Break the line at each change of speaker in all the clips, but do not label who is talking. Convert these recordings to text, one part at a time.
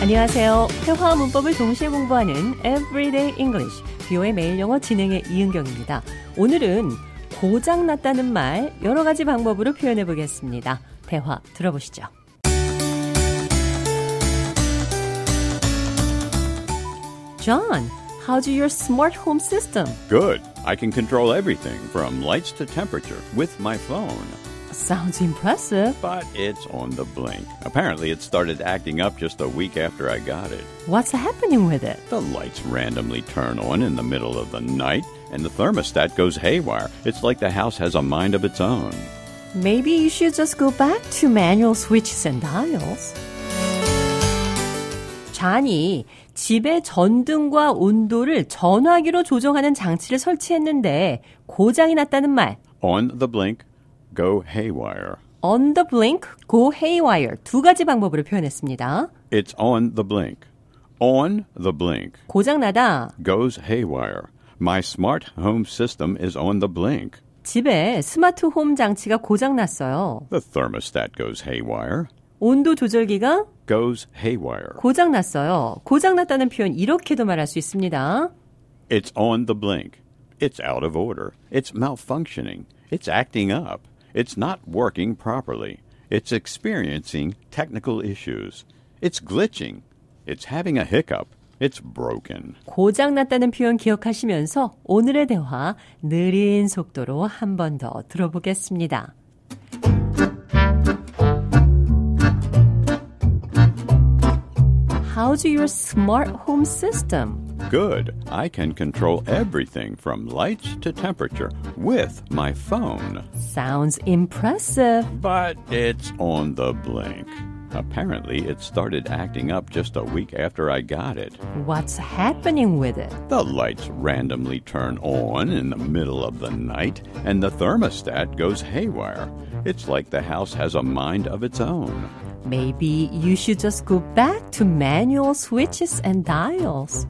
안녕하세요. 회화와 문법을 동시에 공부하는 Everyday English, 뷰의 매일 영어 진행의 이은경입니다. 오늘은 고장났다는 말 여러 가지 방법으로 표현해 보겠습니다. 대화 들어보시죠. John, how do your smart home system?
Good. I can control everything from lights to temperature with my phone.
Sounds impressive.
But it's on the blink. Apparently, it started acting up just a week after I got it.
What's happening with it?
The lights randomly turn on in the middle of the night, and the thermostat goes haywire. It's like the house has a mind of its own.
Maybe you should just go back to manual switches and dials. 잔이 집의 전등과 온도를 전화기로 조정하는 장치를 설치했는데 고장이 났다는 말
On the blink, go haywire.
on the blink, go haywire 두 가지 방법으로 표현했습니다.
It's on the blink. On the blink
고장 나다.
goes haywire. My smart home system is on the blink.
집에 스마트 홈 장치가 고장 났어요.
The thermostat goes haywire.
온도 조절기가
Goes haywire.
고장 났어요. 고장 났다는 표현 이렇게도 말할 수 있습니다.
It's on the blink. It's out of order. It's malfunctioning. It's acting up. It's not working properly. It's experiencing technical issues. It's glitching. It's having a hiccup. It's broken.
고장 났다는 표현 기억하시면서 오늘의 대화 느린 속도로 한 번 더 들어보겠습니다. How's your smart home system?
Good. I can control everything from lights to temperature with my phone.
Sounds impressive.
But it's on the blink. Apparently, it started acting up just a week after I got it.
What's happening with it?
The lights randomly turn on in the middle of the night, and the thermostat goes haywire. It's like the house has a mind of its own.
Maybe you should just go back to manual switches and dials.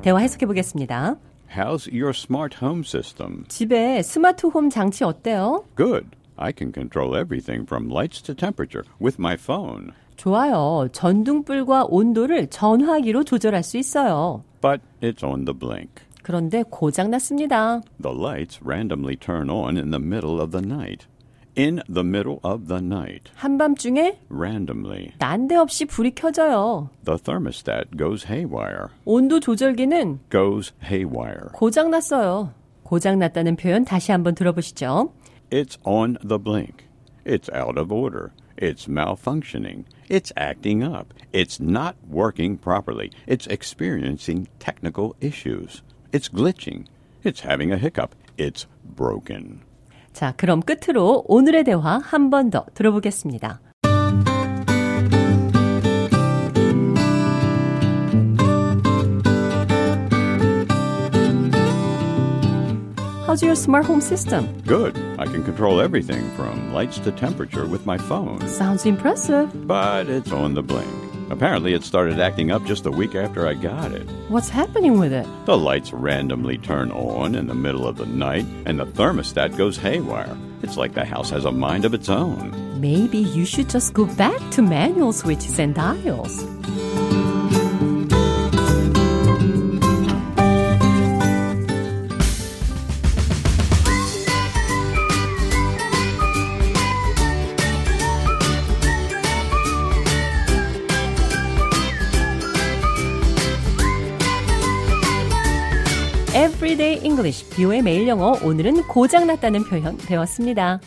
대화 해석해 보겠습니다.
How's your smart home system?
집에 스마트 홈 장치 어때요?
Good. I can control everything from lights to temperature with my phone.
좋아요. 전등불과 온도를 전화기로 조절할 수 있어요.
But it's on the blink.
그런데 고장 났습니다.
The lights randomly turn on in the middle of the night. In the middle of the night,
한밤중에
randomly,
난데없이 불이 켜져요.
the thermostat goes haywire.
온도 조절기는
Goes haywire.
고장 났어요. 고장 났다는 표현 다시 한번 들어보시죠.
It's on the blink. It's out of order. It's malfunctioning. It's acting up. It's not working properly. It's experiencing technical issues. It's glitching. It's having a hiccup. It's broken.
자, 그럼 끝으로 오늘의 대화 한 번 더 들어보겠습니다. How's your smart home system?
Good. I can control everything from lights to temperature with my phone.
Sounds impressive.
But it's on the blink. Apparently, it started acting up just a week after I got it.
What's happening with it?
The lights randomly turn on in the middle of the night, and the thermostat goes haywire. It's like the house has a mind of its own.
Maybe you should just go back to manual switches and dials. Everyday English, 뷰의 매일 영어 오늘은 고장났다는 표현 배웠습니다.